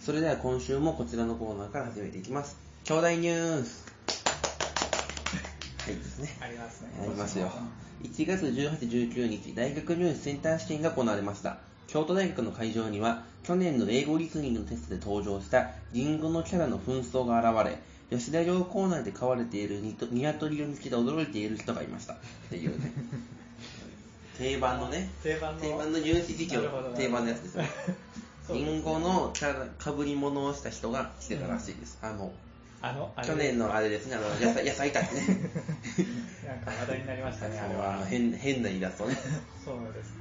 それでは今週もこちらのコーナーから始めていきます。兄弟ニュースはいですね。ありますねありますよ。1月18、19日、大学入試センター試験が行われました。京都大学の会場には、去年の英語リスニングのテストで登場した、リンゴのキャラの紛争が現れ、吉田寮構内で飼われているニトニワトリを見つけて驚いている人がいました。っていう ね。定番のね、定番の定番の入試時期のなるほどな定番のやつですよそうリですねンゴのキャラ、かぶり物をした人が来てたらしいです。あの、あのあれ去年のあれです ね、あの野菜野菜たちね。なんか話題になり ましたねああれのは変変なイラス トね。そうです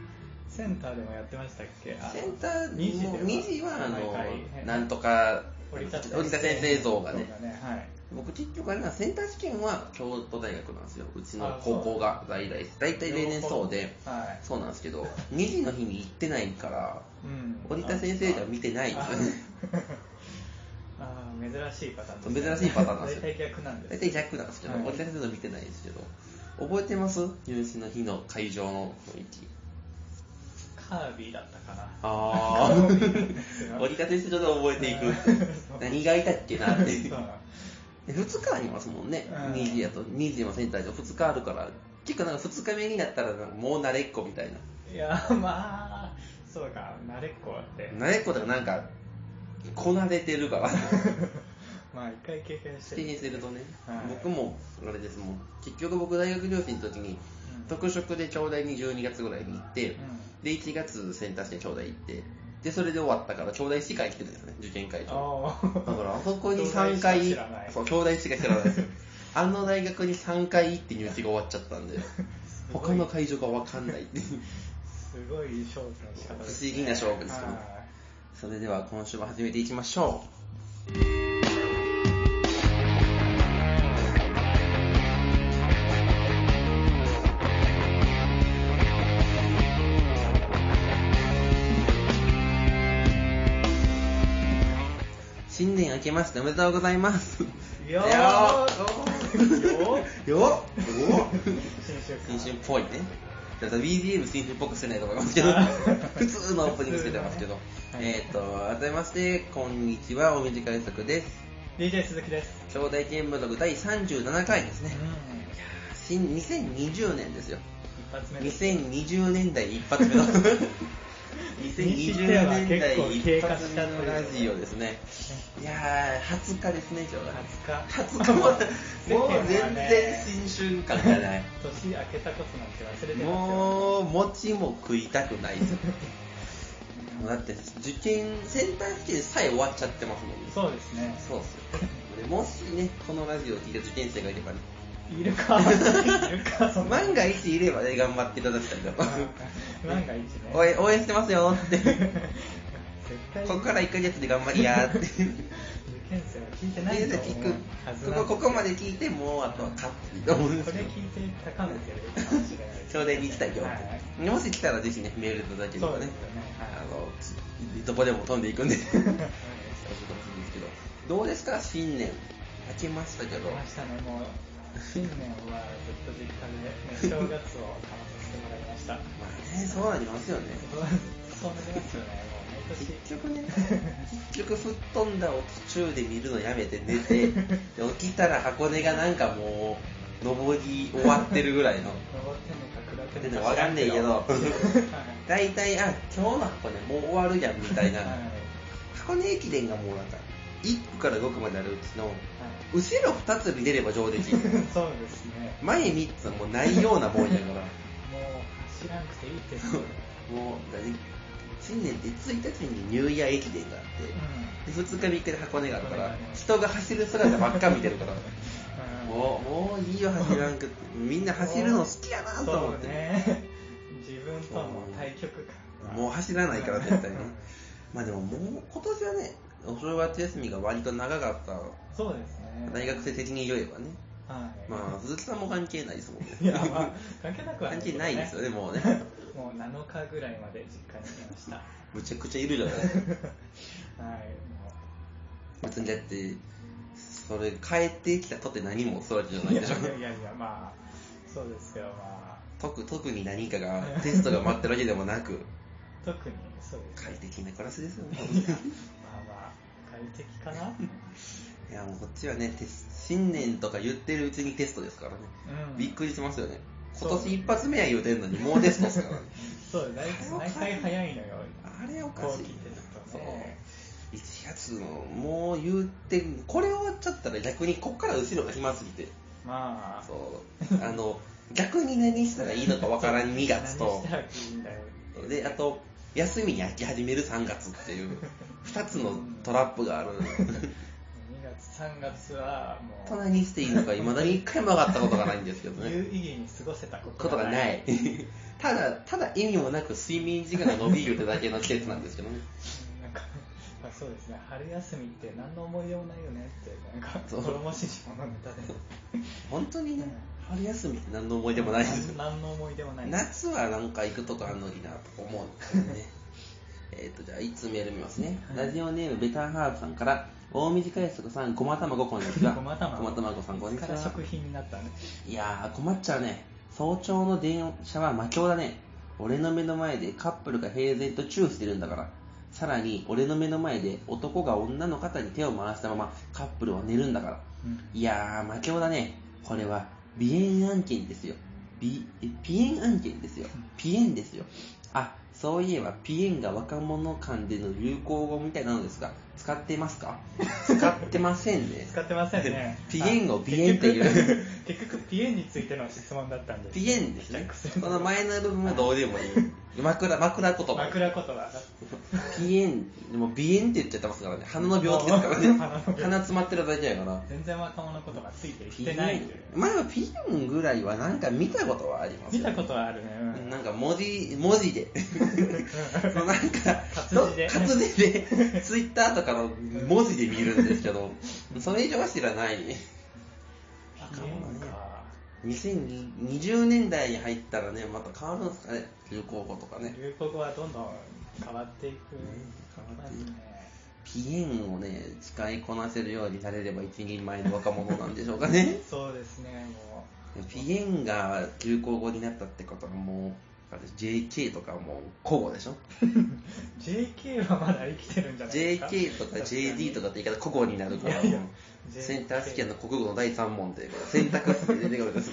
センターでもやってましたっけあのセンター二時でもう2時はあ毎回の変なんとか折りた折りた先生像がねはい僕結局あれなセンター試験は京都大学なんですようちのあそう高校が在来大体例年そうではいそうなんですけど2時の日に行ってないからうん折りた先生では見てないんですよねああー珍しいパターン珍しいパターンなんですよ大体逆なんで大す体逆なんですけどはい折りた先生の見てないんですけど覚えてます入試の日の会場の雰囲気カービィだったかなああ 折りた先生で覚えていくそう何がいたっけなってい そうでう2日ありますもんね、うん2時やと2時のセンターで2日あるから結構なんか2日目になったらなんかもう慣れっこみたいないやまあそうか慣れっこだって慣れっこでもなんかこなれてるから まあ一回経験して経験するとね、はい僕もあれですもん結局僕大学両親の時にうん特色で京大に12月ぐらいに行って、うんで1月センターして京大行ってでそれで終わったから京大市会来てるんですね受験会場あだあからあそこに3回兄弟しか知らないそう兄弟しか知らないですよあの大学に3回行って入試が終わっちゃったんでごい他の会場が分かんないっていうすごい勝負の仕方です、ね、不思議な勝負ですけどはいそれでは今週も始めていきましょう新年明けましておめでとうございますよ ーよーよーよー 新新春春っぽいね。だから BGM 新春っぽくしてないと思いますけど、あ 普通のオープニングしてますけど。通のねはいえっ、と、改めまして、こんにちは、お短い作です。 DJ 鈴木です兄弟見ブログ第37回ですうんね。新、2020年ですよ。一発目です2020年代一発目の。2020年代一発目のラジオですね。いやー、20日ですね、ちょうど。 20 20日も、もう全然新春感がない。年明けたことなんて忘れてますよもう餅も食いたくないですよだって受験センター試験さえ終わっちゃってますもんねそうです ねそうっすよでもしねこのラジオを聞いた受験生がいればねいるかいるかそんな万が一いればね頑張っていただきたいと 万が一ね応援応援してますよって 絶対ここから1ヶ月で頑張りやーって 受験生は聞いてないと思うはず聞なくんでこここまで聞いてもうあとは勝っていいと思うんですこれよ聞いて高めてるかもしれないですちょうどに行きたいよ、はいもし来たらぜひねメールいただければそうねですよねあのどこでも飛んでい くんで そういうことなんですけどどうですか新年明けましたけど来ましたねもう新年はずっと実家で、ね、正月を楽しんでもらいましたまあねそうなりますよねそうなりますよねもう毎年結局 ね結局吹っ飛んだを途中で見るのやめて寝 てで起きたら箱根がなんかもう上り終わってるぐ らいの登ってんのか下っでてんのねかわかんねえけどはい 大体あ今日の箱根もう終わるやんみたいな はいはい箱根駅伝がもうなんか1区から5区まであるうちの後ろ2つ見れれば上出来 そうですね前3つはもうないようなもんやからもう走らなくていいってすよねもうだって新年って1日にニューイヤー駅伝があってで2日3日で箱根があるから人が走る姿ばっか見てるからうんうんもうもういいよ走らん くってみんな走るの好きやなと思って、そうね自分との対局感もう走らないから絶対ねまあでももう今年はねお正月休みが割と長かったそうですね大学生的に言えばねはいまあ鈴木さんも関係ないですもんねいや、まあ、関係なくは関係ないですよね、もうね。もう7日ぐらいまで実家にいました。はむちゃくちゃいるじゃないですか。い、別にだって、それ、帰ってきたとって何もそうわけじゃもなう。いいやでいしょ。やいや、まあ、そうですよ、ま特特に何かが、テストが待ってるわけでもなく、あ、特にそうです。快適な暮らしですよね。まあまあ、かな うんいやもうこっちはねテス新年とか言ってるうちにテストですからね、びっくりしますよね今年一発目は言うてんのにもうテストっすからねそうだい毎回早いのよあれおか後しい期テスそトうね1月のもう言うてこれ終わっちゃったら逆にこっから後ろが暇すぎてまあそうあの 逆に何したらいいのかわからん2月 と何したらいいんだよであと休みに飽き始める3月っていう2つの トラップがある 2月3月はもう大人にしていいのかいまだに1回も上がったことがないんですけどね 有意義に過ごせたここととががなない いただただ意味もなく睡眠時間が伸びるってだけの季節なんですけどねなんか、 まあ、そうですね春休みって何の思い出もないよねってなんかそうこれもししものネタで本当にね春休みって何の思い出もないですよ何何の思い出もないです夏はなんか行くとこあるのになと思うんですけど ねえっとじゃあ1つメール見ますね、はいラジオネームベタンハーブさんから大短い速さんごまたまごこんにちはごまたまごまたまごさんこんにちからは食品になったねいやー困っちゃうね早朝の電車は魔境だね俺の目の前でカップルが平然とチューしてるんだからさらに俺の目の前で男が女の肩に手を回したままカップルは寝るんだからうんいやー、魔境だね。これは、鼻炎案件ですよ。びえ鼻炎案件ですよ。鼻炎ですよ。あ、そういえば、鼻炎が若者間での流行語みたいなのですが、使ってますか使ってませんね。使ってませんねピエンをあピエンって言う結局 結局ピエンについての質問だったんです鼻炎ですね。薬この前の部分はどうでもいい。枕、枕言葉。枕言葉だ鼻炎、でも鼻炎って言っちゃってますからね。鼻の病気ですからね。鼻の病気鼻詰まってるだけやから。全然若者言葉ついてき鼻て炎ないというまあでも鼻炎ぐらいはなんか見たことはあります見よねたことはあるね、うんなんか文字、文字 で。そうなんか、活字でど活字で、ツイッターとかの文字で見るんですけど、それ以上は知らない。ピエンか2020年代に入ったらね、また変わるんですかね、流行語とかね。流行語はどんどん変わっていく、変わっていくますねピエンをね、使いこなせるようになれれば一人前の若者なんでしょうか ね。そうですねもピエンが流行語になったってことはもう、JK とかもう古語でしょう JK はまだ生きてるんじゃないですか JK とか JD とかって言い方古語になるからいやいやセンター試験の国語の第3問で選択肢で出てくるんです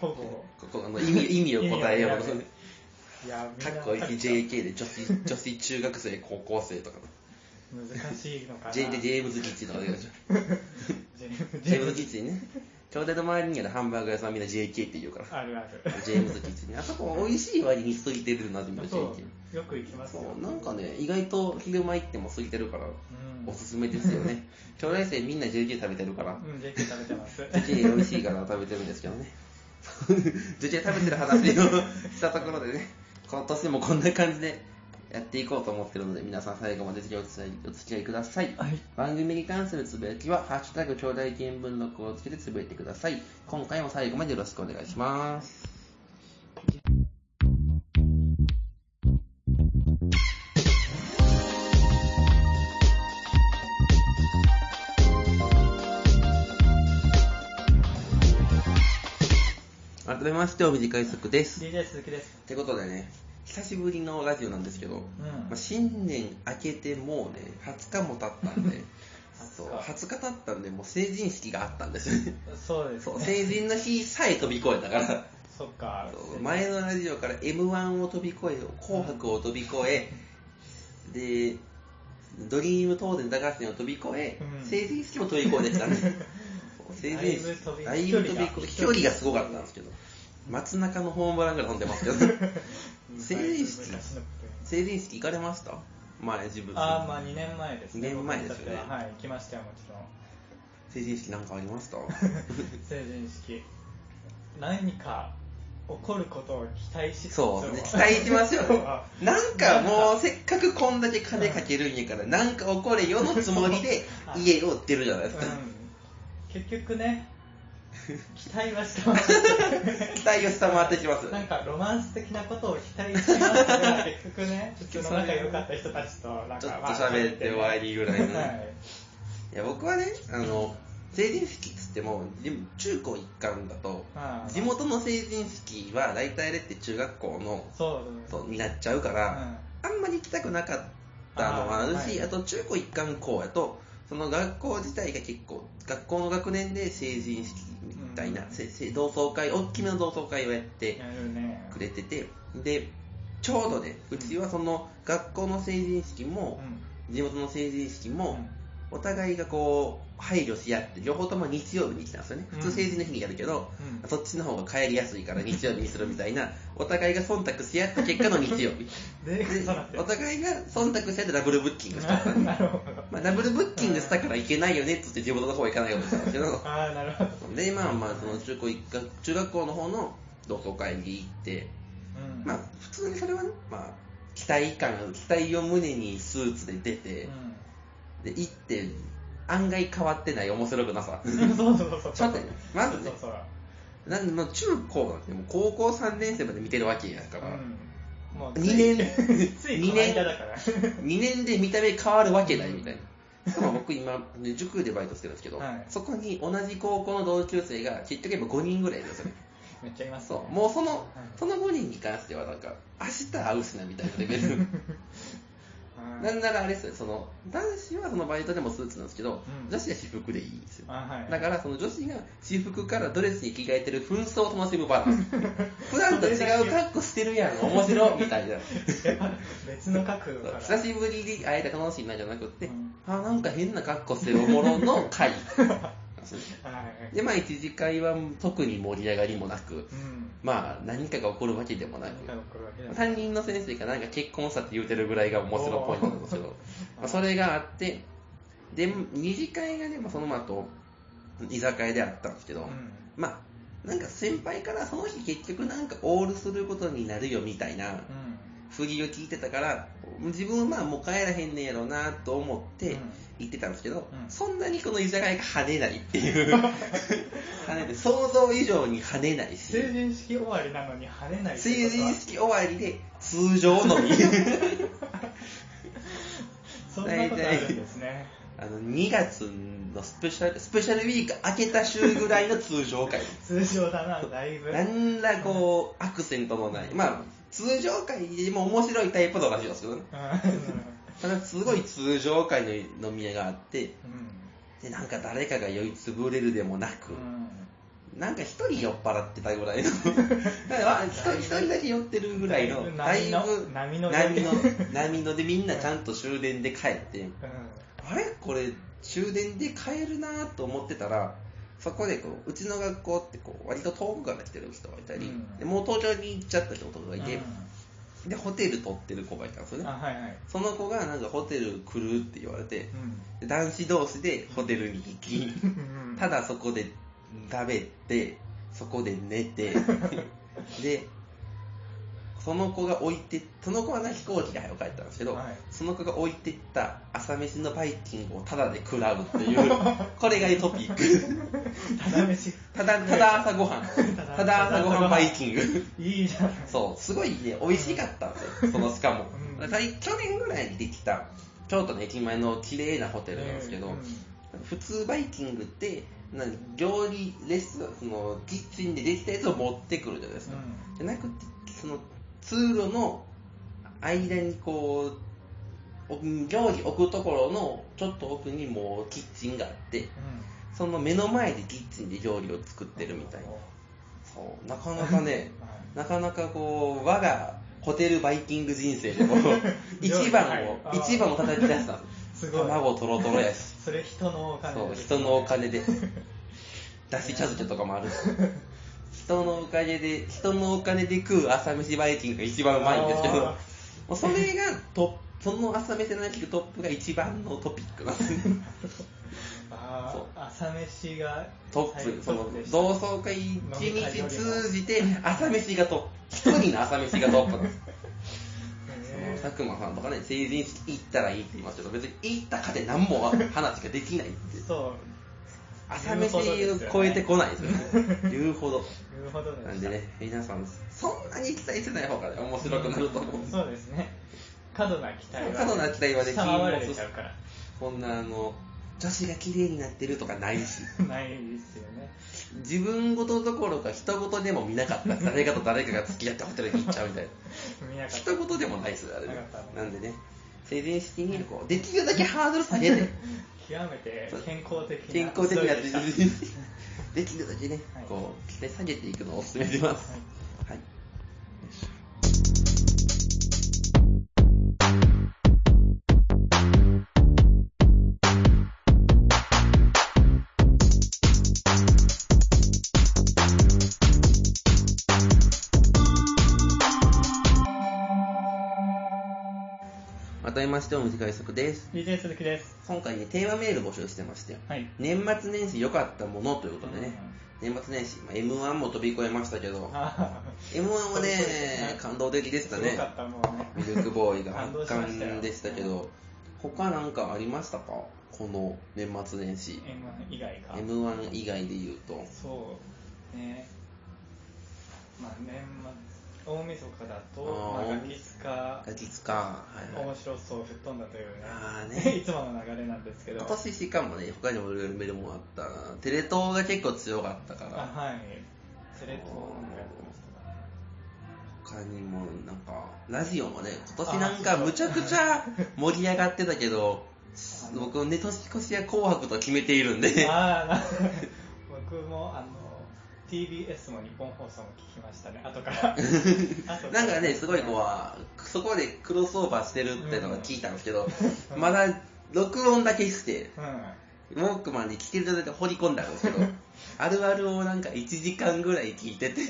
高校ここあの意味意味を答えようとするいやみんかなっこいい JK で女子女子中学生高校生とか難しいのかな J でジェームズ・ギッチとか出てくるでしジェームょジェームズ・ギッチね京都の周りにあるハンバーグ屋さんはみんな JK って言うからあるあるジェームズ・ギッチねあそこ美味しい割に過ぎてるな全部 JK そうよく行きますよそうなんかね意外と昼間行っても過ぎてるからうんおすすめですよね京大生みんな JK 食べてるからうん JK 食べてます JK 美味しいから食べてるんですけどね JK 食べてる話をしたところでね今年もこんな感じでやっていこうと思ってるので皆さん最後までぜひお付き合いお付き合いくださいはい番組に関するつぶやきは「ハッシュタグ兄弟見聞録」をつけてつぶやいてください今回も最後までよろしくお願いします改めましてお短い速ですっ DJ 鈴木ですてことでね久しぶりのラジオなんですけどうんまあ、新年明けてもうね20日も経った んでそう20 20日日経ったんでもう成人式があったんですよね そうですそうね成人の日さえ飛び越えたから そっかそう前のラジオから m 1を飛び越え紅白を飛び越えでドリーム東電高橋を飛び越え、うん成人式も飛び越えてきた んでそう成人式だいぶ飛びだいぶ飛び飛距離がすごかったんですけど街中のホームランぐらい飛んでますけど 成人式昔のこと成人式行かれました前自分あーまあ2年前ですね二年前ですよね僕にとってははい行きましたよもちろん成人式なんかありました 成人式何か起こることを期待しつつもそうね、期待しましょうねなんかもうせっかくこんだけ金かけるんやからなんか起これよのつもりではい家を出るじゃないですか、うん結 局ね期待はしてます期待を下回ってきますよなんねかロマンス的なことを期待しますが結 局ね普通の仲良かった人たちとなんかちょっと喋って終わりぐらいのねはいいや僕はねあの成人式っつってもでも中高一貫だとまあ地元の成人式は大体あれって中学校のそううそうになっちゃうから、んあんまり行きたくなかったのもあるし、あーはいあと中高一貫校やとその学校自体が結構学校の学年で成人式みたいな、うんせせ同窓会大きめの同窓会をやってやるねくれててでちょうどねうちはその学校の成人式も、地元の成人式うんも、お互いがこう配慮し合って両方とも日曜日に来たんですよね普通成人の日にやるけど、うんそっちの方が帰りやすいから日曜日にするみたいなお互いが忖度し合った結果の日曜日でそうなっお互いが忖度し合ってダブルブッキングしたんですよて なる ほどまあ、ダブルブッキングしたから行けないよねって言って地元の方は行かないようにしたんですけど、ああなるほどで、まあまあ、その中高一貫中学校の方の同窓会に行って、うんまあ、普通にそれはね、まあ、期待感、期待を胸にスーツで出て、で、行って、案外変わってない面白くなさ。うんそうそうそうそうちょっとねまずねそうそうそうなんで、まあ中高なんてもう高校3年生まで見てるわけやから、うんもうつい、2年つい この間だから2年で見た目変わるわけないみたいな。しかも僕今、ね塾でバイトしてるんですけど、はいそこに同じ高校の同級生が結局今5人ぐらいいるんですよね。 めっちゃいますねそう、もうそのい、その5人に関してはなんか、明日会うしなみたいなレベ ル。うんなんならあれですよ、その、男子はそのバイトでもスーツなんですけど、うん女子は私服でいいんですよ。あはいだからその女子が私服からドレスに着替えてる紛争を楽しむバラン ス。普段と違う格好してるやん、面白いみたいな。 別の角度から久しぶりに会えた楽しいなじゃなくて、うんあ、なんか変な格好してるおもろの 会。はいで、まあ一次会は特に盛り上がりもなく、うんまあ何かが起こるわけでもなく、何か起こるわけだ担任の先生がなんか結婚したって言うてるぐらいが面白いポイントなんですけど、まあそれがあって、で、二次会がね、まあ、その後、居酒屋であったんですけど、うんまあ、なんか先輩からその日結局なんかオールすることになるよみたいな、不義を聞いてたから、自分はまあもう帰らへんねやろなと思ってうん行ってたんですけど、うんそんなにこの居酒屋が跳ねないって いう、跳ねて想像以上に跳ねないし、成人式終わりなのに跳ねないって成ことは人式終わりで通常の みそんなことあるんですねあの2月のスペシャルスペシャルウィーク明けた週ぐらいの通常 会通常だなだいぶなんらこうアクセントのないまあ通常会でも面白いタイプの話なんですけどねうただすごい通常会の飲み屋があってんでなんか誰かが酔いつぶれるでもなく、うなんか一人酔っ払ってたぐらい のだから一人一人だけ酔ってるぐらいのだいぶだい波ぶの波波のの 波のでみんなちゃんと終電で帰って、んうんあれこれ終電で帰るなと思ってたらそこでこううちの学校ってこう割と遠くから来てる人がいたり、うんでもう東京に行っちゃった人がいて、うでホテル取ってる子がいたんですよんねあはいはいその子がなんかホテル来るって言われてう、んで男子同士でホテルに行 き、うんただそこで食べてそこで寝 てでその子が置いてその子はね飛行機で早く帰ったんですけど、はいその子が置いてった朝飯のバイキングをタダで食らうっていう これがトピックただ飯ただただ朝ごはんたただだ朝朝ごごははんんバイキングいいじゃないそうすごいね美味しかったんですよそのしかも、うん最去年ぐらいにできた京都の駅前の綺麗なホテルなんですけど、うん普通バイキングって何料理レストランそのキッチンでできたやつを持ってくるじゃないですか、うじゃなくてその通路の間にこうお料理置くところのちょっと奥にもうキッチンがあってその目の前でキッチンで料理を作ってるみたいなそうなかなか ねなかなかこう我がホテルバイキング人生でも 一番をはい一番を叩き出したんですすごい卵トロトロやしそれ人のお金そう、です人のお金 で。だし茶漬けとかもあるし。人のおかげで、人のお金で食う朝飯バイキングが一番うまいんですけど、もあうそれがトップ、その朝飯の中でトップが一番のトピックなん ですね。あそうー朝飯がトップ、そトのップでした同窓会一日通じて朝飯がトップ。一人の朝飯がトップなん です。そのへ佐久間さんとかね、成人式行ったらいいって言いますけど、別に行ったかで何も話ができないって。ーそ朝飯を超えてこないですよ ね。言うほど。うなるほどでしたなんでね、皆さん、そんなに期待してない方がね面白くなると思う。そうですね過度な期待は過度な期待はね下回られちゃうからこんなあの、女子が綺麗になってるとかないし、ないですよね自分事どころか人事でも見なかった。誰かと誰かが付き合ってホテルに行っちゃうみたいな。見なかった人事でもないですよ、あれねなかったね。なんでね、成人式にこう、できるだけハードル下げて、極めて健康的な健康的なストーリーでし できるだけね、はいこう期待下げていくのをお勧めしますはいはい、よいしょ改めまして、おむじ快速です。た DJ 鈴木です今回ね、テーマメール募集してまして、はい年末年始良かったものということでね、年末年始、まあ M1 も飛び越えましたけど、あ M1 はねはい、感動的でしたすねご。かったもうねミルクボーイが感圧動しましたよ巻でしたけど、他なんかありましたかこの年末年始。 M1 以外か M1 以外で言うと。そうねまあ年末大晦日だとあーまあガキ使ガキツか。はいは面い。白そう吹っ飛んだというねあーね いつもの流れなんですけど今年しかもね、他にもいろいろ見るもんあったな。テレ東が結構強かったかあら、はいテレ東なんかやってました他かにもなんか、ラジオもね、今年なんかむちゃくちゃ盛り上がってたけど、 あの僕ね、年越しは紅白と決めているんで。ああ、な僕もあの TBS も日本放送も聞きましたね、後から。後なんかね、すごいこう、そこでクロスオーバーしてるってのが聞いたんですけど、まだ録音だけして、うん、ウォークマンに聞ける状態で掘り込んだんです けど、あるあるをなんか1時間ぐらい聞いてて、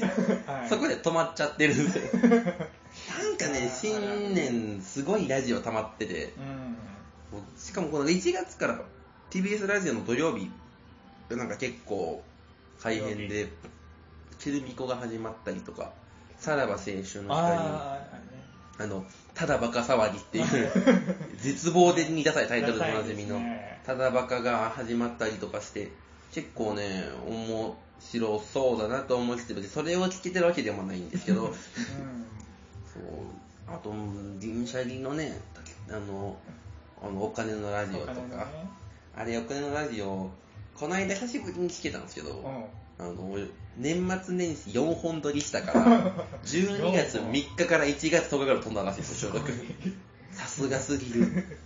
はいそこで止まっちゃってるんですよ。 なんかね、あー新年すごいラジオ溜まってて、うん、もうしかもこの1月から TBS ラジオの土曜日がなんか結構改変で、テルミコが始まったりとか、さらば青春の光ああ、あの、ただバカ騒ぎって いう、絶望でに出されタイトルでおなじみのダサいですね、ただバカが始まったりとかして、結構ね、面白そうだなと思いつつ、別にそれを聞けてるわけでもないんですけ ど、あれね。うん、そう、あと、銀シャリのね、あの、あのお金のラジオとか、お金のねあれ、お金のラジオ、この間久しぶりに聞けたんですけど、うんあの、年末年始4本撮りしたから、12月3日から1月10日から飛んだらしいですよ、収録。さすがすぎる。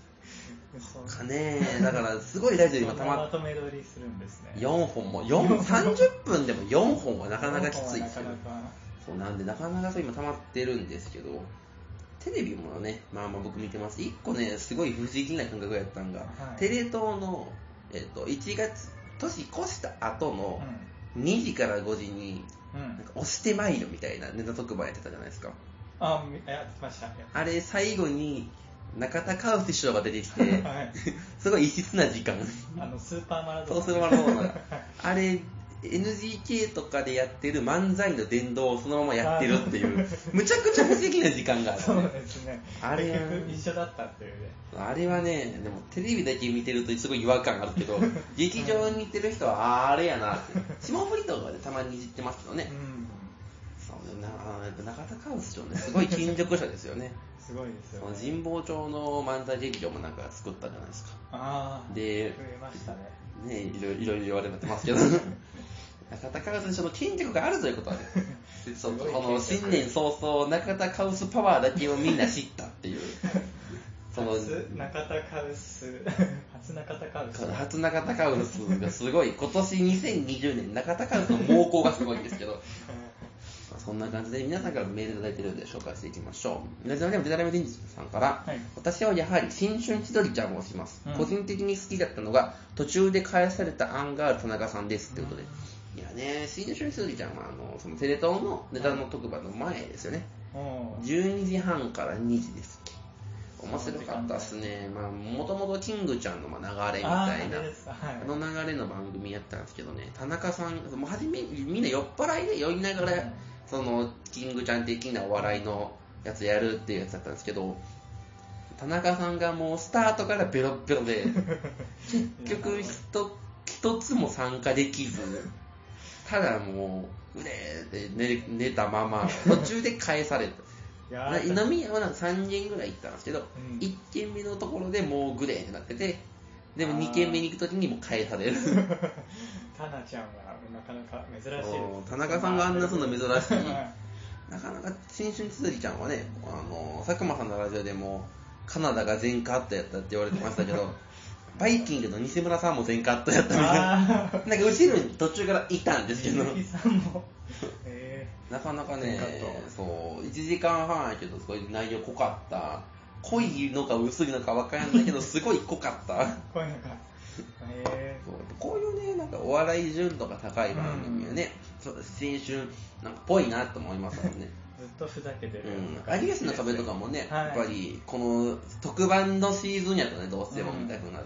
そうかねえ、だからすごいラジオ今たままっとめ撮りするんですね。 4本も、4、30分でも4本はなかなかきついですよな。かなかそうなんで、なかなかそう今溜まってるんですけど、テレビもね、まあまあ僕見てます。一個ね、すごい不思議な感覚やったんが、はいテレ東の、えっ、と、1月、年越した後の2時から5時に、うん、うなんん、か押してまいよみたいなネタ特番やってたじゃないですか。あ、みやってました。やって、あれ、最後に中田カウス師匠が出てきて はい、 すごい異質な 時間。あのスーパーマラドーそうナ。するマラドーナが。あれ、NGK とかでやってる漫才の伝道をそのままやってるって いう、むちゃくちゃ不思議な時間がある、そうね。ですね。あれ結局 一緒だったっていうね。あれはね、でもテレビだけ見てるとすごい違和感あるけど、劇場に行ってる人は、あーあれやなって。霜降りとかでたまにいじってますけどね。うん、そうねなやっぱ中田カウス師匠ね、すごい近所者ですよ ね。すごいですよ、ね。神保町の漫才劇場もなんか作ったじゃないですか。ああ、で増えましたね。ねいろいろいろ言われてますけど、中田カウス師匠の筋力があるということはね、そうこの新年早々、中田カウスパワーだけをみんな知ったっていう、その初中田カウス、 初中田カウス。初中田カウスがすごい、今年2020年、中田カウスの猛攻がすごいんですけど。まあそんな感じで皆さんからメールいただいてるので紹介していきましょう。ラジオネームデタラメデンジさんから、はい私はやはり新春千鳥ちゃんをします、うん個人的に好きだったのが、途中で返されたアンガール田中さんです。ということで。いやね、新春千鳥ちゃんは、あの、そのテレ東のネタの特番の前ですよね。もう12時半から2時です。面白かったですね。まあ、もともとキングちゃんのまあ流れみあたいーなあれ。ですかはいあの流れの番組やったんですけどね、田中さん、もう初め、みんな酔っ払いで酔いながら、その、キングちゃん的なお笑いのやつやるっていうやつだったんですけど、田中さんがもうスタートからベロッベロで、結局いや一、一つも参加できず、ただもう、うれーって寝寝たまま、途中で返された。いやなー飲み屋はなんか3軒ぐらい行ったんですけど、ん1軒目のところでもうグレーってなってて、でも2軒目に行くときにもう返される。 タナちゃんはなかなか珍しいですそう田中さんがあんなすんの珍しいはいなかなか新春つづりちゃんはね、 あの佐久間さんのラジオでも、カナダが全カットやったって言われてましたけど、バイキングの西村さんも全カットやったみたいな。 ああなんか後ろに途中からいたん ですけど、鈴木さんもえなかなかね全カッ、そう、1時間半やけど、すごい内容濃かった。濃いのか薄いのかわからない けど、すごい濃かった。ー、こういうのがえそうこういうね、なんかお笑い純度が高い番組はね、そう青春なんかっぽいなと思いますもんね。ー、ずっとふざけてるうん、有吉の壁とかもね、はいやっぱりこの特番のシーズンやとね、どうしてもうんみたいになる。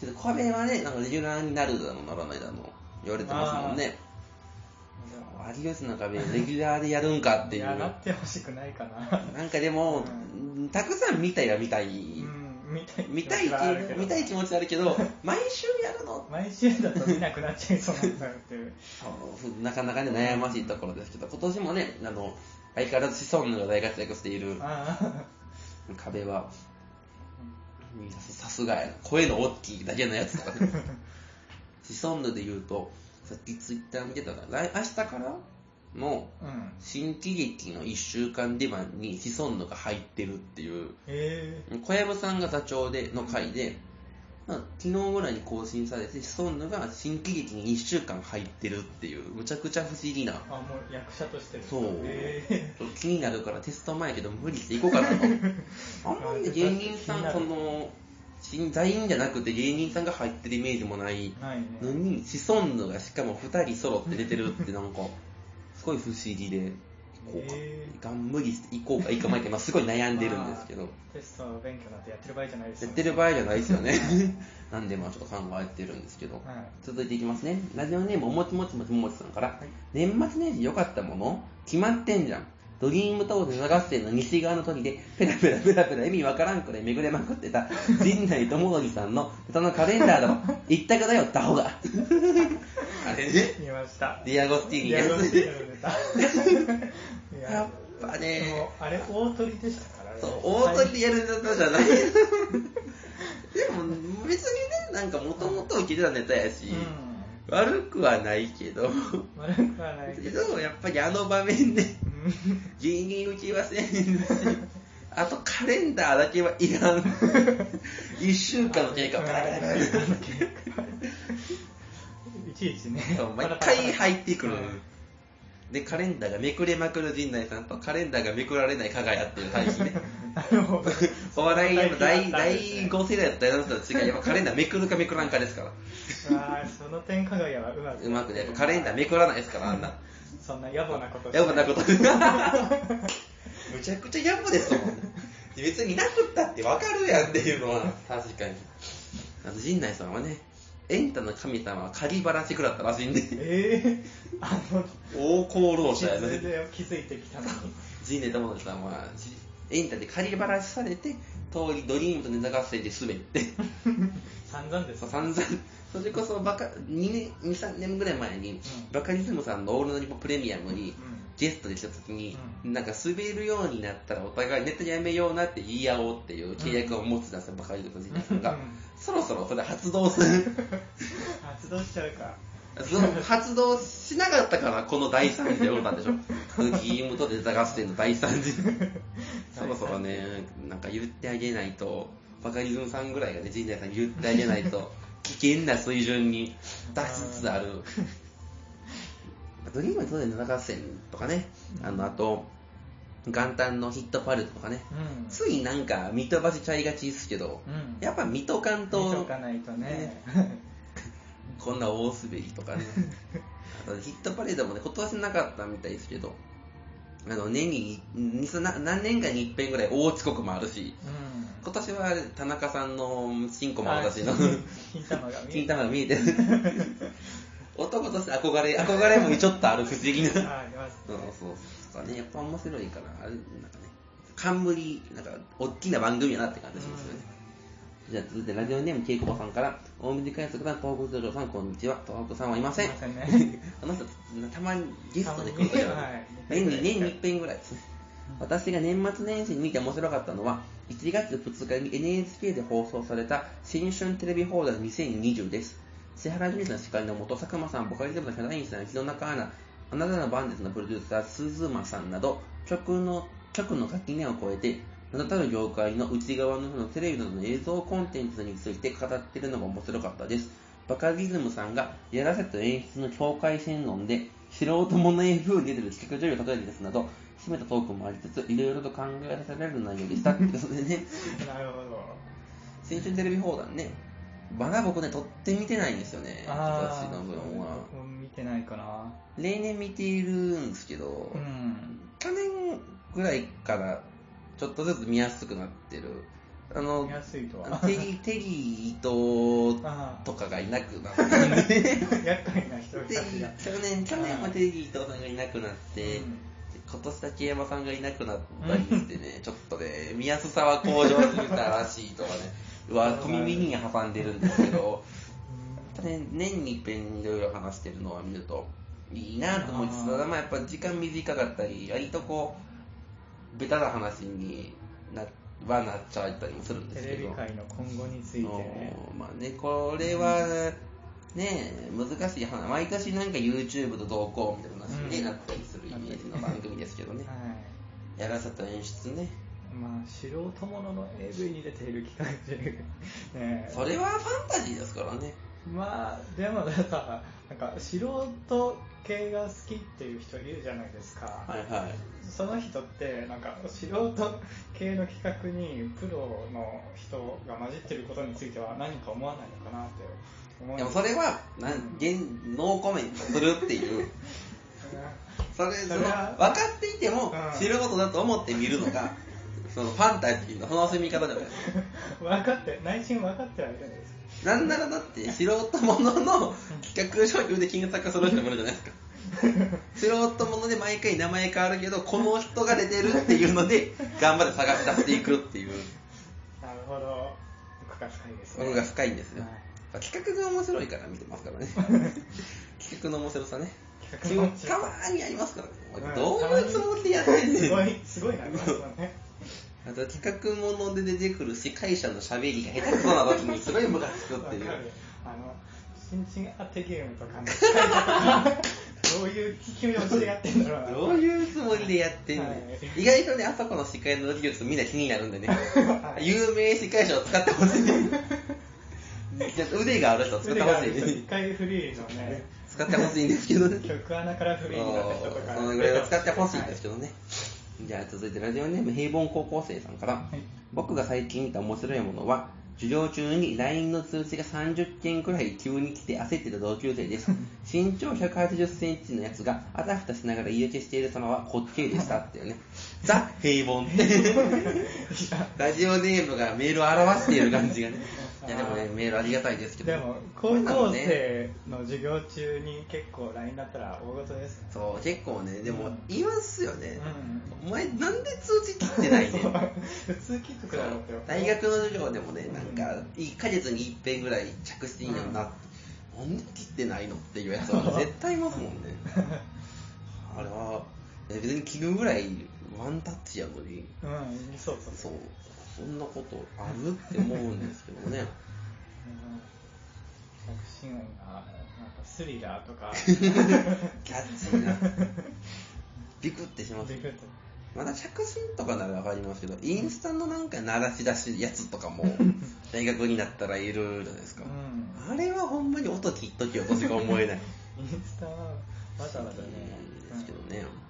けどこれはね、なんかレギュラーになるだろう、ならないだろう、言われてますもんね。有吉の壁、レギュラーでやるんかっていいう。 やななってほしくないかなんかでも、たくさん見たいは見たい。うん見たい見たい気持ちはあるけど見たい気持ちはあるけ ど、毎週やるの毎週だと見なくなっちゃいそうなんだよっていうそうなかなかね、悩ましいところですけど、今年もね、あの、相変わらず子孫のが大活躍しているああ壁は、みんなさすがやな。声の大きいだけのやつとかね。子孫ので言うと、さっきツイッター見てたら、来明日からのうん新喜劇の1週間出番に子孫のが入ってるっていう、え小籔さんが座長での回で、まあ、昨日ぐらいに更新されて、子孫のが新喜劇に1週間入ってるっていう、むちゃくちゃ不思議な。ー、あもう役者としてですかそうえー気になるからテスト前やけど無理していこうかなとあんまりね芸人さんその新在員じゃなくて芸人さんが入ってるイメージもないないねのにシソンヌがしかも2人揃って出てるってなんかすごい不思議でこうかへがん無理していこうかいかまいか今すごい悩んでるんですけどテストの勉強なんてやってる場合じゃないですやよってる場合じゃないですよね なんでまあちょっと考えてるんですけどはい続いていきますねラジオネームおもちもちもちもちさんから、い年末年始良かったもの決まってんじゃんドリーム東西長瀬の西側の時でペラペラペラペラ意味わからんくらいめぐれまくってた陣内智則さんのそのカレンダーの一択だよダホがあれね見ましたディアゴスティーニいややごめんつなさい いややっぱねもうあれ大鳥でしたからねそう大鳥でやるネタじゃないでも別にねなんかもともと受けてたネタやし、うん悪くはないけど悪くはないけけどどやっぱりあの場面でうん芸人打ちはせんしあとカレンダーだけはいらん1週間の経過をパラパラパラ いちいちねそう毎回入ってくるでカレンダーがめくれまくる陣内さんとカレンダーがめくられない加賀谷っていう対比ねなるほどお笑いやっぱ第第五5世代だったら人と違いやっぱカレンダーめくるかめくらんかですからあーその点加賀谷はうまくうまくねやっぱカレンダーめくらないですからあんなそんな野暮なことやばなこと とむちゃくちゃや暮ですもん別になくったってわかるやんっていうのは確かにあの陣内さんはねエンタの神様は仮ばらし食らったらしいんでええあの大功労地者や図ねで気づいてきたのに陣内智則さんはじエンタで仮ばらしされて通りドリームとネタ合戦で滑って散々ですそう散々 それこそバカ2年3年ぐらい前に、んバカリズムさんの「オールナイトプレミアム」にうんゲストで来た時に、なんか滑るようになったらお互いネタやめようなって言い合おうっていう契約を持ってたんですよ、バカリズムさんと陣内さんが、うんそろそろそれ発動する発動しちゃうかその発動しなかったからこの第3次でおったん でしょギームとネタ合戦の第3次そろそろねなんか言ってあげないとバカリズムさんぐらいがね陣内さんに言ってあげない と危険な水準に達しつつある ドリームとネタ合戦とかねあのあと元旦のヒットパルとかねうんついなんか見飛ばしちゃいがちですけど、うんやっぱ見とかんと見とかないとねこんな大滑りとか ねあとヒットパレードもね今年なかったみたいですけどあの年ににそな何年かに一遍ぐらい大遅刻もあるしうん今年は田中さんのチンコも私のあ金金玉が見金えた玉が見えてる 男として憧れ憧れもちょっとある不思議な そうあありますそうねそうねやっぱ面白いからあれなんかね冠なんか大きな番組やなって感じしますよね、じゃあ続いてラジオネームケイコバさんから大水海賊団東北道場さんこんにちは東北さんはいませんすいませんね あの人たまにゲストで来ることがあるたまに年ねに年に一遍ぐらいですね私が年末年始に見て面白かったのは1月2日に NHK で放送された新春テレビ放題2020です千原ジュニアの司会のもと佐久間さんボカリズムのヒャダインさん弘中アナあなたの番ですのプロデューサースズマさんなど曲の局の垣根を越えて名だたる業界の内側の負のテレビなどの映像コンテンツについて語っているのが面白かったです。バカリズムさんがやらせと演出の境界線論で素人物演風に出てる企画女優を例えに出すなど、締めたトークもありつつ、いろいろと考えさせられる内容で した。ということでね、なるほど。新春テレビ放談ね、まだ僕ね、撮ってみてないんですよね、あ私ーの分は。僕も見てないかな。例年見ているんですけど、うん。去年ぐらいからちょっとずつ見やすくなってる。あの見、やすいとあ のは。テリー、テリー伊藤あとかがいなくなって、あ。厄介な人去たちが。年、去年はテリー伊藤さんがいなくなって、うん今年だけ山さんがいなくなったりしてね、ちょっとね、見やすさは向上してたらしいと かね、うわ、小耳に挟んでるんですけど、ね年に一遍いろいろ話してるのは見るといいなと思いつつあーただまあやっぱ時間短かったり割とこうベタな話になはなっちゃったりもするんですテけレどビ界の今後についてね。そうまあねこれはね難しい話毎年なんか YouTube と同行みたいな話にね、うんなったりするイメージの番組ですけどねはい。やらせた演出ねまあ、素人ものの AV に出ている企画で、ねえ、それはファンタジーですからねまあでもさなんか素人系が好きっていう人いるじゃないですか、はいはいその人ってなんか素人系の企画にプロの人が混じってることについては何か思わないのかなって思でうんでもすそれはなん現ノーコメントするって いうよねそれそそのれ分はかっていてもうん知ることだと思って見るのか、そのファンタジーの楽しみ方じゃない分かって内心分かってはいるんですなんならだって素人ものの企画書で検索する人もいるじゃない ですか素人もので毎回名前変わるけどこの人が出てるっていうので頑張って探し出していくっていうなるほど奥が深いですそねれが深いんですよはい企画が面白いから見てますからね 企画の面白さね企画の面白たさまーにありますからねうんどういうつもりでやってんねすんごいすごいなこれねあと企画もので出てくる司会者の喋りが下手くそな時にすごいムカつくわっかているう。あの新人当てゲームとかのどういう聞き落ちでやってんだろうなどういうつもりでやってんの、はい意外とね、あそこの司会の技術みんな気になるんでね。はい有名司会者を使ってほしい。じゃあ腕がある人を使ってほし一い。回フリーのね、使ってほしいんですけどね。曲穴からフリーになった人とか、そのぐらいは使ってほしいんですけどね。じゃあ続いてラジオネーム平凡高校生さんから、い僕が最近見た面白いものは、授業中に LINE の通知が30件くらい急に来て焦ってた同級生 です。身長180センチのやつがあたふたしながら言い訳している様は滑稽でした っていうね。ザ・平凡って。ラジオネームがメールを表している感じ がね。いやでもね、メールありがたいですけど。でも、高校生の授業中に結構 LINE だったら大事ですね。そう、結構ね、でうもん、いますよね。うんお前、なんで通知切ってない ねん。普通切っとくだろうって。大学の授業でもね、なんか、1ヶ月に1遍ぐらい着信やんな、なんで切ってないのっていうやつ は絶対いますもんね。あれは、別に切るぐらいワンタッチやのに、うん、そうそうそ。そうう、そんなことあるって思うんですけど ね。着信音が、なんかスリラー とか、キャッチーな。ビクってしますビクッと。まだ着信とかならわかりますけど、インスタのなんか鳴らし出しやつと かも、大学になったらいるじゃないですか。うんあれはほんまに音切っときよとしか思えない。インスタはわざわざね、うんですけどね。うん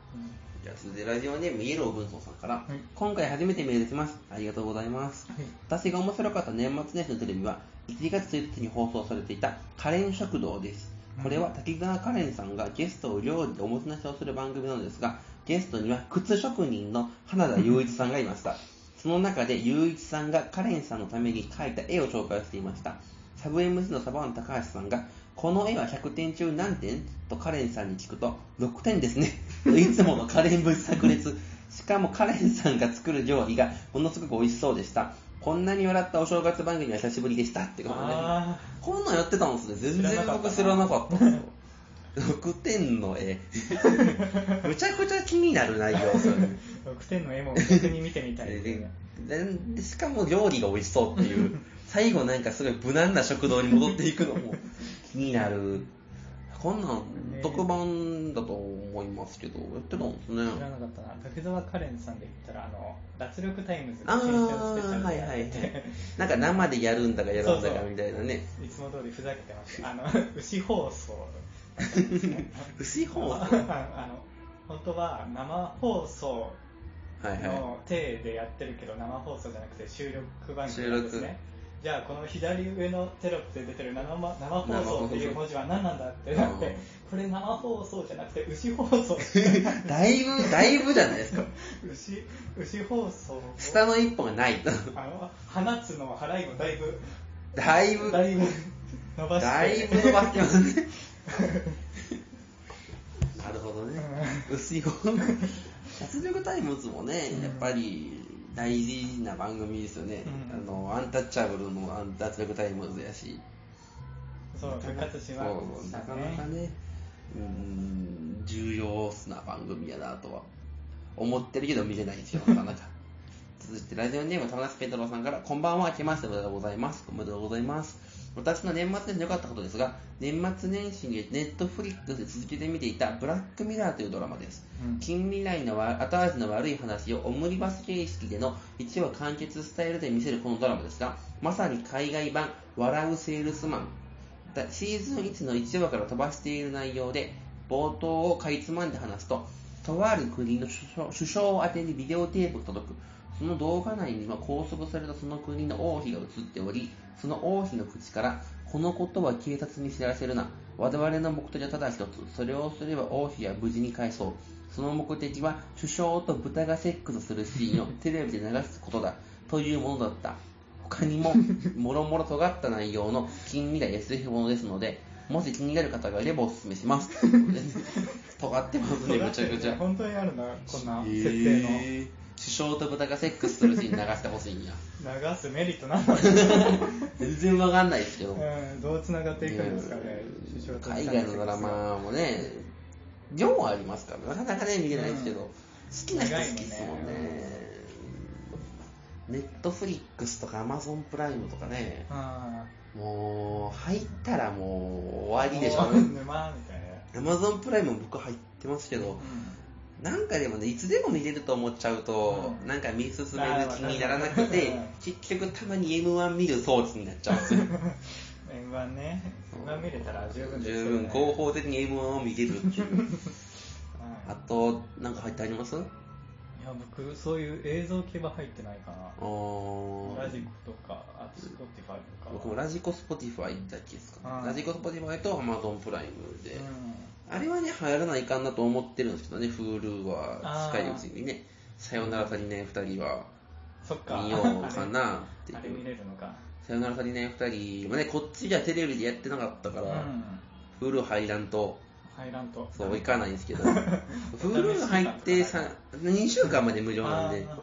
じゃあ続いてラジオネームイエロー軍曹さんから、い今回初めてメールしますありがとうございます、はい私が面白かった年末年始のテレビは1月1日に放送されていたカレン食堂ですこれは滝沢カレンさんがゲストを料理でおもてなしをする番組なのですがゲストには靴職人の花田雄一さんがいましたその中で雄一さんがカレンさんのために描いた絵を紹介していましたサブ MC のサバン高橋さんが、この絵は100点中何点とカレンさんに聞くと、6点ですね。いつものカレン節炸裂。しかもカレンさんが作る料理がものすごく美味しそうでした。こんなに笑ったお正月番組は久しぶりでしたってことね。あこんなんやってたんですね。全知然らなかった僕知らなかったん ですよ。6点の絵。むちゃくちゃ気になる内容ですよね。ー6点の絵も逆に見てみたいです ね。ででしかも料理が美味しそうっていう最後なんかすごい無難な食堂に戻っていくのも気になるこんなん特番だと思いますけど、やってたんですね。知らなかったな滝沢カレンさんで言ったらあの脱力タイムズああ新鮮スペシャルー、ではいはいはい。なんか生でやるんだかやらんだかみたいなね。 いつも通りふざけてましたあの 牛放送 牛放送 あはの本当は生放送いはの体でやってるけど、生放送じゃなくて収録番組なんです収ねじゃあこの左上のテロップで出てる生ま生放送っていう文字は何なんだってなってこれ生放送じゃなくて牛放 送い。だいぶ、だいぶじゃないですか。牛牛放送を下の一本がない と。あの放つの払いをだいぶだいぶ、だいぶ伸ばしてだいぶ伸ばしてますね。なるほどね。薄い方脱力タイムズもね、やっぱり大事な番組ですよね。うあんの、アンタッチャブルもアン脱力タイムズやし。そう復活しまそうしなたかなかねね、うん、重要っすな番組やなとは思ってるけど見れないんですよ、なかなか。 続いてラジオネーム、田中ペ太郎さんから、こんばんは、明けましておめでとうございます。おめでとうございます。私の年末年始で良かったことですが、年末年始にネットフリックスで続けて見ていた、ブラックミラーというドラマです。うん近未来のわ後味の悪い話をオムニバス形式での一話完結スタイルで見せるこのドラマですが、まさに海外版、笑うセールスマン。だシーズン1の1話から飛ばしている内容で、冒頭をかいつまんで話すと、とある国の首相首相を宛てにビデオテープが届く。その動画内には拘束されたその国の王妃が映っており、その王妃の口から、このことは警察に知らせるな。我々の目的はただ一つ。それをすれば王妃は無事に返そう。その目的は首相と豚がセックスするシー ンをテレビで流すことだ。というものだった。他に も、もろもろ尖った内容の近未来 SF ものですので、もし気になる方がいればおすすめし ます。尖ってますね、ぐちゃぐちゃ。本当にあるなこんな設定のへー首相と豚がセックスするシーン流してほしいん や流すメリットなんだろ全然わかんないですけど、ううんどうつながっていくんですかね首相と海外のドラマもね4話ありますからなかなかね見れないですけど、うん好きな人好長いもんきねですもんねネットフリックスとかアマゾンプライムとかねあもう入ったらもう終わりでしょあ沼みたいなアマゾンプライムも僕入ってますけど、なんかでもね、いつでも見れると思っちゃうと、うなんか見進める気にならなくてうん、結局たまに M1 見る装置になっちゃうん ですよ。 円盤ね円盤見れたら十分です十よ分ね合法的に M1 を見れるっていう。うんあと、なんか入ってありますあいや僕そういう映像系は入ってないかなーラジコとかあとスポティファイとか僕もラジコスポティファイだけですか、うんラジコスポティファイと Amazon プライムで、うんあれはね、入らないかんなと思ってるんですけどね、Hulu はあー近いうちにね、さよなら足りない2人はそっか見ようかなっていあれう見。れるのかさよならさりない2人、まあね、こっちじゃテレビでやってなかったかうら、んフル入らんと、入らんとそう、いかないんですけ ど、フル入ってさ2週間まで無料なんであ、ー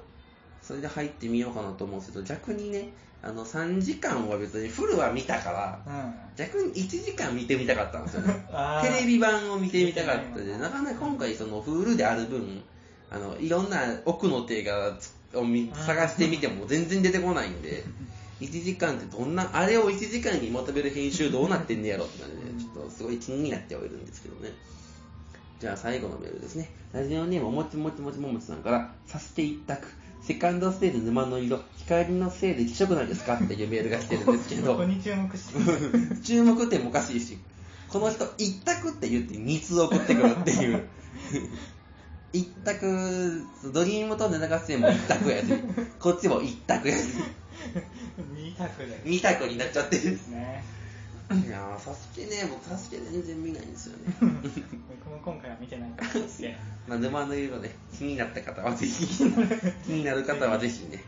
それで入ってみようかなと思うんですけど、逆にね、あの3時間は別にフルは見たから、うん逆に1時間見てみたかったんですよね。あーテレビ版を見てみたかった見てで、ないなかなか今回、その、フルである分、あの、いろんな奥の手がつ、を見あー探してみても全然出てこないんで、1時間ってどんな、あれを1時間にまとめる編集どうなってんねやろって感じで、ちょっとすごい気になってはいるんですけどね。じゃあ最後のメールですね。ラジオネーム、もちもちもちももちさんから、させていただく。セカンドステージ沼の色、光のせいで気色ないですかっていうメールが来てるんですけそど こ。に注目して 注目点もおかしいし、この人、一択って言って二通送ってくるって いう。一択、ドリームとネタ合戦も一択やし、こっちも一択やし、 見たくない二択になっちゃってるで。すねいやー、サスケね、僕サスケ全然見ないんですよね。僕も今回は見てないからですけどまあ、沼の色で気になった方はぜ ひ、気になる方はぜひね、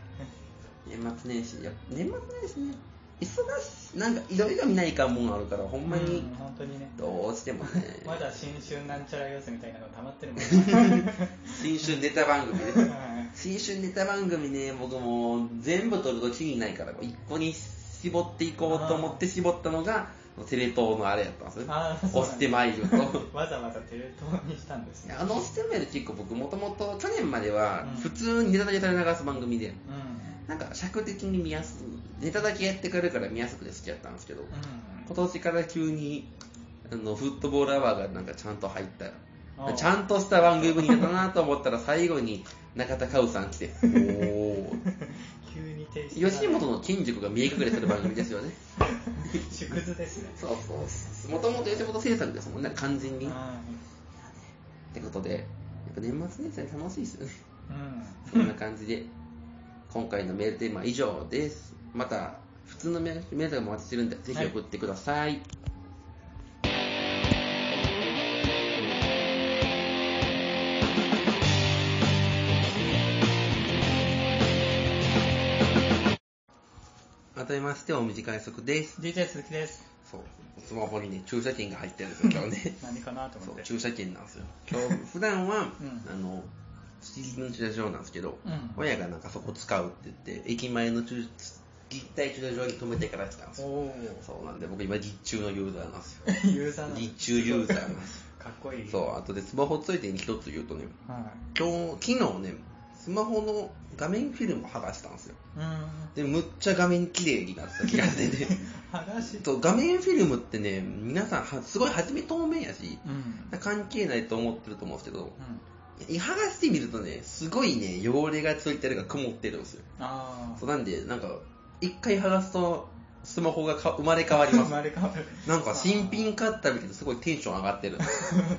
年末年始、いや年末年始ね、忙しい、なんかいろいろ見ないかんもんあるから、ほんまうに、本当にねどうしてもね。まだ新春なんちゃら要素みたいなの溜まってるもんね新春ネタ番組でうす。ん新春ネタ番組ね、僕もう全部撮るときにないから、一個に絞っていこうと思って絞ったのが、テレ東のあれやったんですよね。あーそうなん だ押してまいると。 わざわざテレ東にしたんですねあの押してまいる結構僕もともと去年まではうん普通にネタだけ垂れ流す番組で、うんなんか尺的に見やすい、ネタだけやってくれるから見やすくて好きやったんですけど、うん今年から急にあのフットボールアワーがなんかちゃんと入ったああちゃんとした番組になったなと思ったら最後に中田カウさん来て おお 急に停止吉本の金塾が見え隠れする番組ですよね 縮図ですねそうそうもともと吉本制作ですもんね完全にっうてことでやっぱ年末年始は楽しいですよねんそんな感じで、今回のメールテーマは以上です。また、普通のメールメールとかもお待ちしてるんで、ぜひ送ってください。改めまして、お短い速です。 DJ 鈴木ですそう。スマホにね、駐車券が入ってるんですよ、今日 ね。何かなとそ思っう、て駐車券なんですよ。今日、普段は、うんあの、父の駐車場なんですけど、うん親がなんかそこ使うって言って、駅前の駐立体駐車場に止めてから来たんですおよ。おそうなんで、僕今、立中のユーザーなんですよ。ー ユーザーなん立だ中ユーザーなんですかっこいよ。いそう、あとでスマホついてに一つ言うとね、は今日、昨日ね、スマホの画面フィルムを剥がしたんですよ。いうんで、むっちゃ画面綺麗になった気がしてね。話そう画面フィルムってね、皆さんは、すごい初め透明やし、うん関係ないと思ってると思うんですけどう、ん剥がしてみるとね、すごいね、汚れがついてるか曇ってるんですよ。ああそうなんで、なんか、一回剥がすと、スマホがか生まれ変わりま生す。まれ変わるなんか、新品買ったみたいですごいテンション上がってる。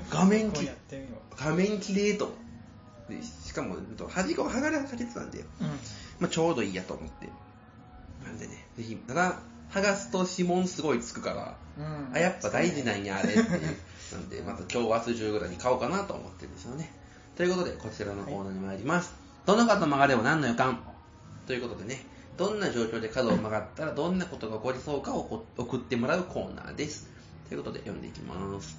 画面今きやっ、てみよ画面きれいと。でしかも、端っこが剥がれかけてたんで、ううんまあ、ちょうどいいやと思って。なんでね、ぜひ、ただ、剥がすと指紋すごいつくから、うんあ、やっぱ大事なんや、あれっていう。なんで、また今日、明日中ぐらいに買おうかなと思ってるんですよね。ということで、こちらのコーナーに参ります。どの角曲がれば何の予感ということでね、どんな状況で角を曲がったらどんなことが起こりそうかをこ送ってもらうコーナーです。ということで、読んでいきます。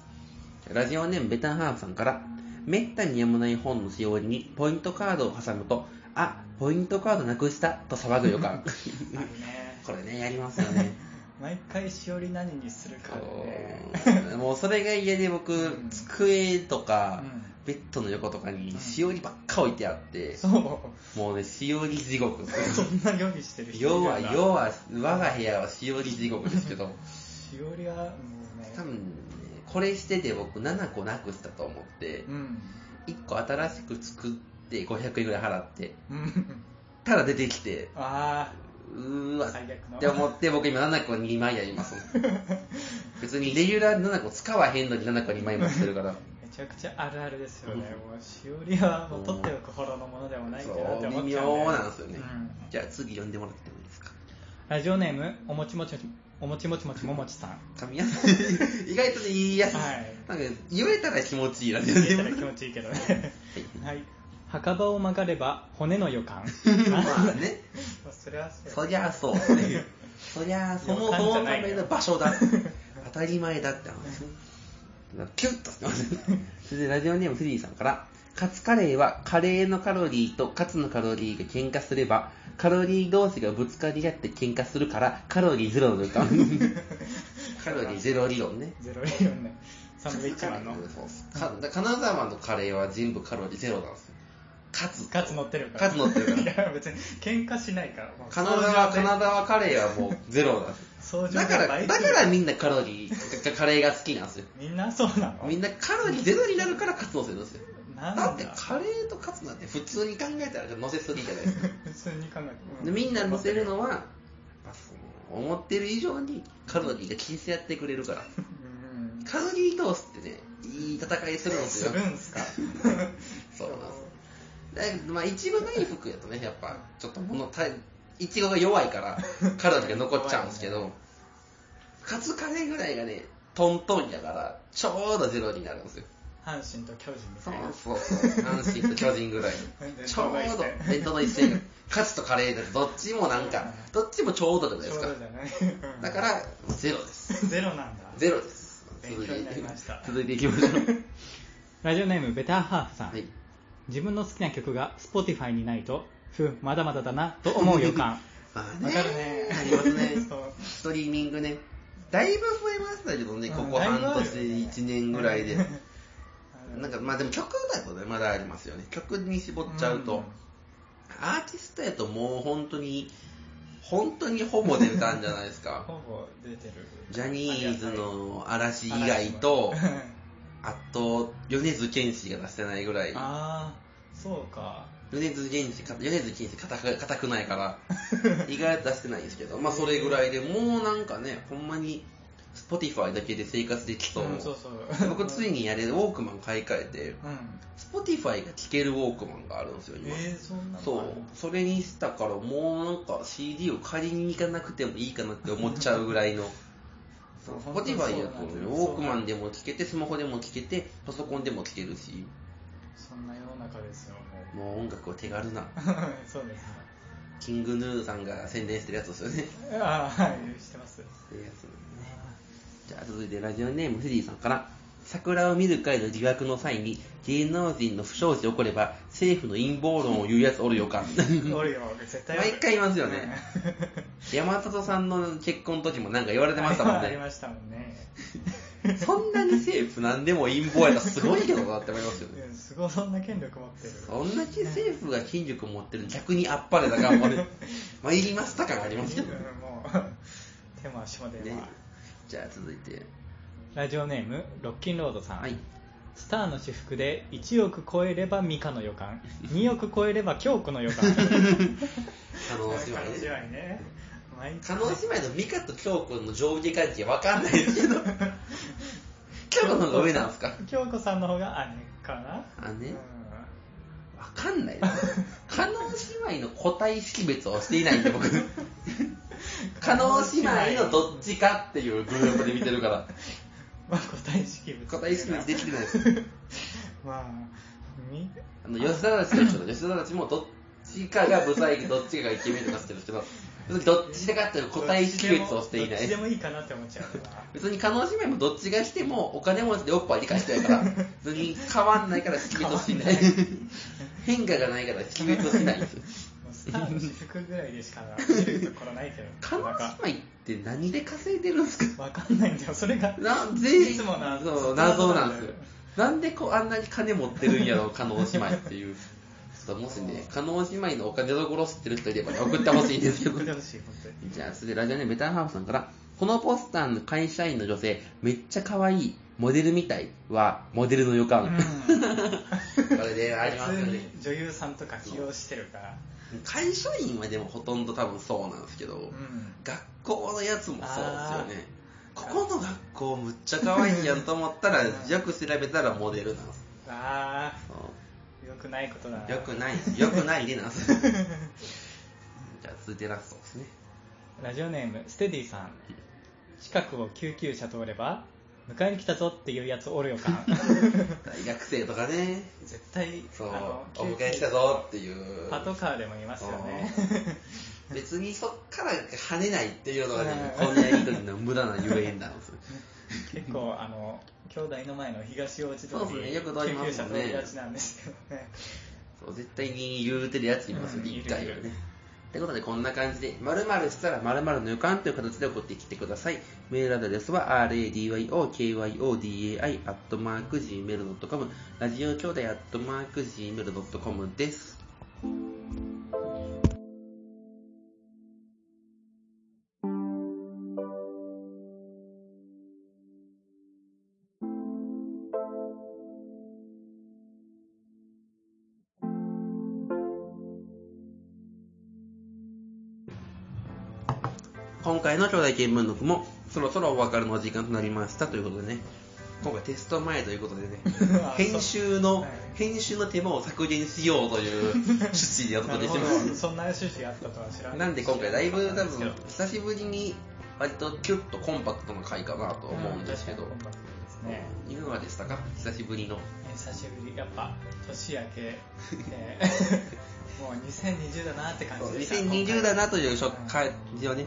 ラジオネームベタンハーフさんから、めったにやまない本のしおりにポイントカードを挟むと、あ、ポイントカードなくしたと騒ぐ予感。あるねこれね、やりますよね。毎回しおり何にするかでねそうもうそれが嫌で僕、うん机とか、うんベッドの横とかにしおりばっか置いてあって、そうもうね、しおり地獄。そんな予備してる人いる要んだは、要は、我が部屋はしおり地獄ですけど、しおりはもうね多分ね、これしてて僕7個なくしたと思って、うん1個新しく作って500円ぐらい払って、うんただ出てきて、あうーわあ最悪のって思って僕今7個2枚やりますもん 別にレギュラーで7個使わへんのに7個2枚もしてるから。めちゃくちゃあるあるですよね、もうしおりはもう取っておくほどのものでもないかそなって思うっ微ちゃ妙う、なんですよね、うんじゃあ次読んでもらってもいいですかラジオネームおもちもちおもちもちもちももち さん噛みやすい意外とね言いやすい、はいなんか言えたら気持ちいいラジオネ見えーたムら気持ちいいけどねはい墓場を曲がれば骨の予感 まあねそれはそそうりゃあそうだ ねそりゃあそもそものための場所だ当たり前だって話キュッとしてますそれでラジオネームフリーさんからカツカレーはカレーのカロリーとカツのカロリーが喧嘩すればカロリー同士がぶつかり合って喧嘩するからカロリーゼロの予感カロリーゼロ理論ねゼロ理論ねサンドウィッチマンのそうそうか金沢のカレーは全部カロリーゼロなんですよカツカツ乗ってるからカツ乗ってるからいや別に喧嘩しないからもう金沢相乗で金沢カレーはもうゼロなんです相乗でだから倍だからみんなカロリーカレーが好きなんですよみんなそうなのみんなカロリーゼロになるからカツ乗せるんですよなんだだってカレーとカツなんて普通に考えたら乗せすぎじゃないですか 普通に考えてうでみんな乗せるのはやっぱその思ってる以上にカロリーが気にしてやってくれるからうんカロリー同士ってねいい戦いするんですすよるんすかそうなんですだけどまあ、いちごがいい服やと ね、やっぱ、ちょっと物た、いちごが弱いから、カロリーが残っちゃうんですけど、カツカレーぐらいがね、トントンやから、ちょうどゼロになるんですよ。阪神と巨人みそたういなそうそう。阪神と巨人ぐらい伝。ちょう統の一戦ど、伝統の一戦が、カツとカレーだと、どっちもなんか、どっちもちょうどじゃないですちかょうど。じゃないだから、ゼロです。ゼロなんだゼロです。勉強になりました続いていきましょう。 ラジオネームベターハーフさん、はい。自分の好きな曲が Spotify にないとふんまだまだだなと思う予感まあね、わかるねありますねそう。ストリーミングね。だいぶ増えましたけどね、うんここだい半ぶあるよね年、1年ぐらいで。うんなんか、まあでも曲だとね、まだありますよね。曲に絞っちゃうと。アーティストやともう本当に、本当にほぼ出たんじゃないです かほぼ出てるジャニーズの嵐以外と嵐はあと米津玄師が出してないぐらいああそうか米津玄師か米津玄師硬く硬くないから 意外と出してないんですけどまあそれぐらいでもうなんかねほんまに Spotify だけで生活できそう,、うんそうそ う僕ついにやれるウォークマン買い替えてうん、 Spotify が聴けるウォークマンがあるんですよえ今、ー、そんなのそうそれにしたからもうなんか CD を借りに行かなくてもいいかなって思っちゃうぐらいの そうスポティファイやと本当にそうなんだよウォークマンでも聴けてスマホでも聴けてパソコンでも聴けるしそんな世の中ですよももう う音楽は手軽なそうですねキングヌーさんが宣伝してるやつですよ ねああはいし てますっていうやつじゃあ続いてラジオネームセリーさんから桜を見る会の疑惑の際に芸能人の不祥事起これば政府の陰謀論を言うやつおるよかおるよ絶対おる毎回いますよね山里さんの結婚の時もなんか言われてましたもんありねましたもんねそんなに政府なんでも陰謀やったらすごいけどなって思いますよねうんすごいそんな権力持ってるそんだけ政府が筋力持ってる逆にあっぱれだからもうね参りました感ありますけどねうんもう手も足も出るわじゃあ続いてラジオネームロッキンロードさん、はいスターの私服で1億超えればミカの予 感2億超えれば京子の予感加納姉叶妹姉ね妹ね毎加回納姉妹の美香と京子の上下関係わかんないですけど 京子の方が上なんですか京子さんの方が姉かな姉うんわかんないです加納姉妹の個体識別をしていないんで 僕加納姉妹のどっちかっていうグループで見てるからまあ答え識別個体識別できてないです まあみあの吉田たちと一緒で吉田たちもどっちかがブサイクどっちかがイケメンとかしてるんですけど別にどっちだかっていう個体識別をしていどなっちでいもいいかなって思っちゃうから別に叶姉妹もどっちがしてもお金持ちでおっぱい理解してる から別に変わんないから識別をしない変化がないから識別をしないんですよもうスターの私服ぐらいでしか見るとこ ろないけど叶なかなか姉妹って何で稼いでるんですかわかんないんだよそれがな全いつもなそう謎なんですよなんでこうあんなに金持ってるんやろ加納姉妹っていうちょっともしね加納姉妹のお金どころ知ってる人いればね送ってほしいんですけど送ってほしい本当にじゃあ、続いてラジオネームベターハーフさんから、このポスターの会社員の女性、めっちゃ可愛い、モデルみたいは、モデルの予感。これで、ありますよ普通ね。に女優さんとか起用してるから会社員はでもほとんど多分そうなんですけど、うん学校のやつもそうですよね。ここの学校むっちゃ可愛いやんと思ったら、よく調べたらモデルなんです。あそあよくないことだなうよくない、よくないでなんです。じ ゃあ、続いてラストですね。ラジオネームステディさん近くを救急車通れば迎えに来たぞっていうやつおる よか大学生とかね、絶対そうあの、お迎えしたぞっていう。パトカーでもいますよね 別にそっから跳ねないっていうのがね、うんこんなやりとりの無駄なゆえんなん です。結構あの兄弟の前の東王子通そうですねりよく通り救ま急すも車ん通ねりがちなんですけどねそう絶対に言うてるやついますよね、うん一回はいるいねる。ってことでこんな感じで、〇〇したら〇〇の予感という形で送ってきてください。メールアドレスは radyokyodai.gmail.com、ラジオ兄弟 .gmail.com です。今回の兄弟見聞録もそろそろお別れのお時間となりましたということでね今回テスト前ということでね あ編集のはい編集の手間を削減しようという趣旨でおな届けるしほてどますそんな趣旨があったとは知らないなんで今回だいぶ多知ら分なかったんです久しぶりに割とキュッとコンパクトな回かなとけど思うんですけどう、ん確かにコンパクトですねいかがでしたか久しぶりの久しぶりやっぱ年明け、えーもう2020だなって感じでした2020だなという今回感じはね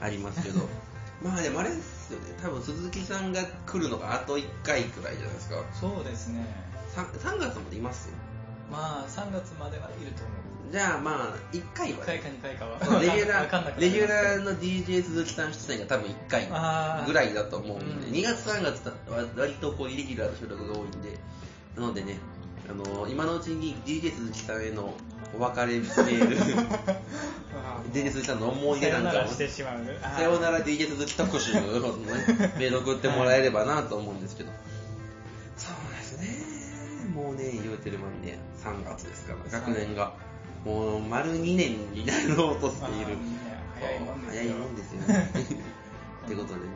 ありますけど まあでもあれですよね多分鈴木さんが来るのがあと1回くらいじゃないですかそうですね 3, 月までいますまあ3月まではいると思じゃあまあ1回う1は回ねか2回かはレギュわラかんなーくレギューラーの DJ 鈴木さん出演が多分1回あーぐらいだと思うんで、うん2月3月だったら割とこうイレギュラーの収録が多いんでなのでねあ の今のうちに DJ 鈴木さんへのお別れメールあ DJ 鈴木さんの思いさ出よなんなかをらしてしまうあーさよなら DJ 鈴木特集のねメール送ってもらえればなと思うんですけど。 そうですね。もうね、言うてる間にね、3月ですから、学年が。もう丸2年になろうとしていあーるいい。ね早いもんですよ早いもんですよね。 ってことでね、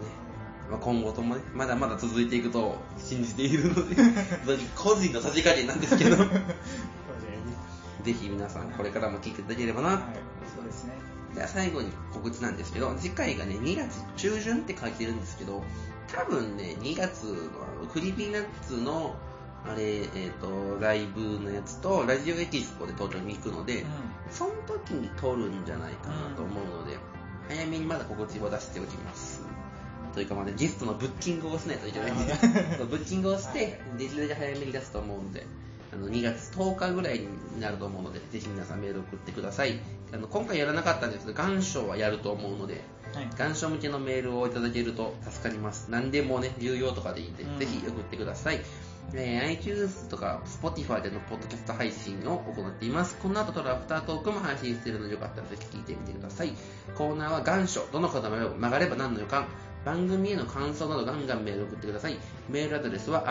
まあ、今後ともね、まだまだ続いていくと信じているの で、本当に個人のさじ加減なんです けど、ぜそうですねひ皆さんこれからも聞いていただければなとはいそうですねじゃあ最後に告知なんですけど、次回がね、2月中旬って書いてるんですけど、多分ね、2月のあの、クリピーナッツの、あれ、えっ、と、ライブのやつと、ラジオエキスポで東京に行くので、うその時に撮るんじゃないかなと思うので、早めにまだ告知を出しておきます。というかまだゲストのブッキングをしないといけないんでなるほど、そうブッキングをして、できるだけ早めに出すと思うんで、あの2月10日ぐらいになると思うので、ぜひ皆さんメール送ってください。あの今回やらなかったんですけど、願書はやると思うので、んはい願書向けのメールをいただけると助かります。何でもね、有用とかでいいんで、うんぜひ送ってください。えー iTunes とか Spotify でのポッドキャスト配信を行っています。この後とラフタートークも配信しているのでよかったらぜひ聞いてみてください。コーナーは願書、どの方も曲がれば何の予感、番組への感想などガンガンメール送ってください。メールアドレスは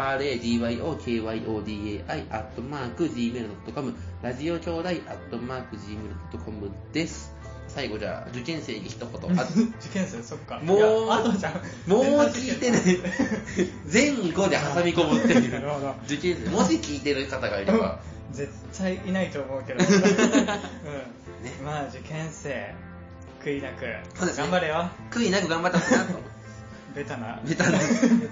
radyokyodai.gmail.com ラジオ兄弟 .gmail.com です。最後じゃあ、受験生に一 言、あ受験生そっかもういやあとじゃんもう聞いてない。前後で挟み込むっていなるう。ほど受験生、もし聞いてる方がいれば、 絶対いないと思う けど、うん、まあ受験生悔いなくそうですね頑張れよ悔いなく頑張ったほしいなと思って。 ベタなベタな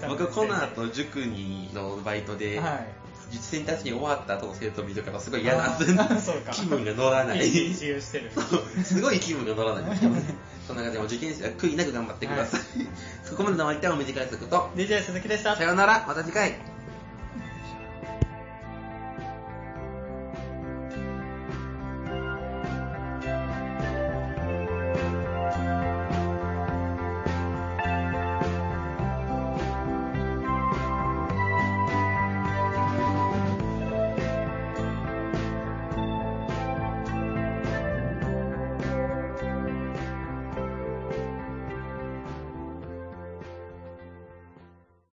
タな僕、この後、塾にのバイトで、 はい実践たちに終わった後の生徒見るから、すごい嫌なあーそうか気分が乗らない。一日中し てるそうすごい気分が乗らないんですけどね。そんな感じで、受験生は悔いなく頑張ってください。そこまでのお相手は短い速と、 DJ 鈴木でしたさようなら、また次回。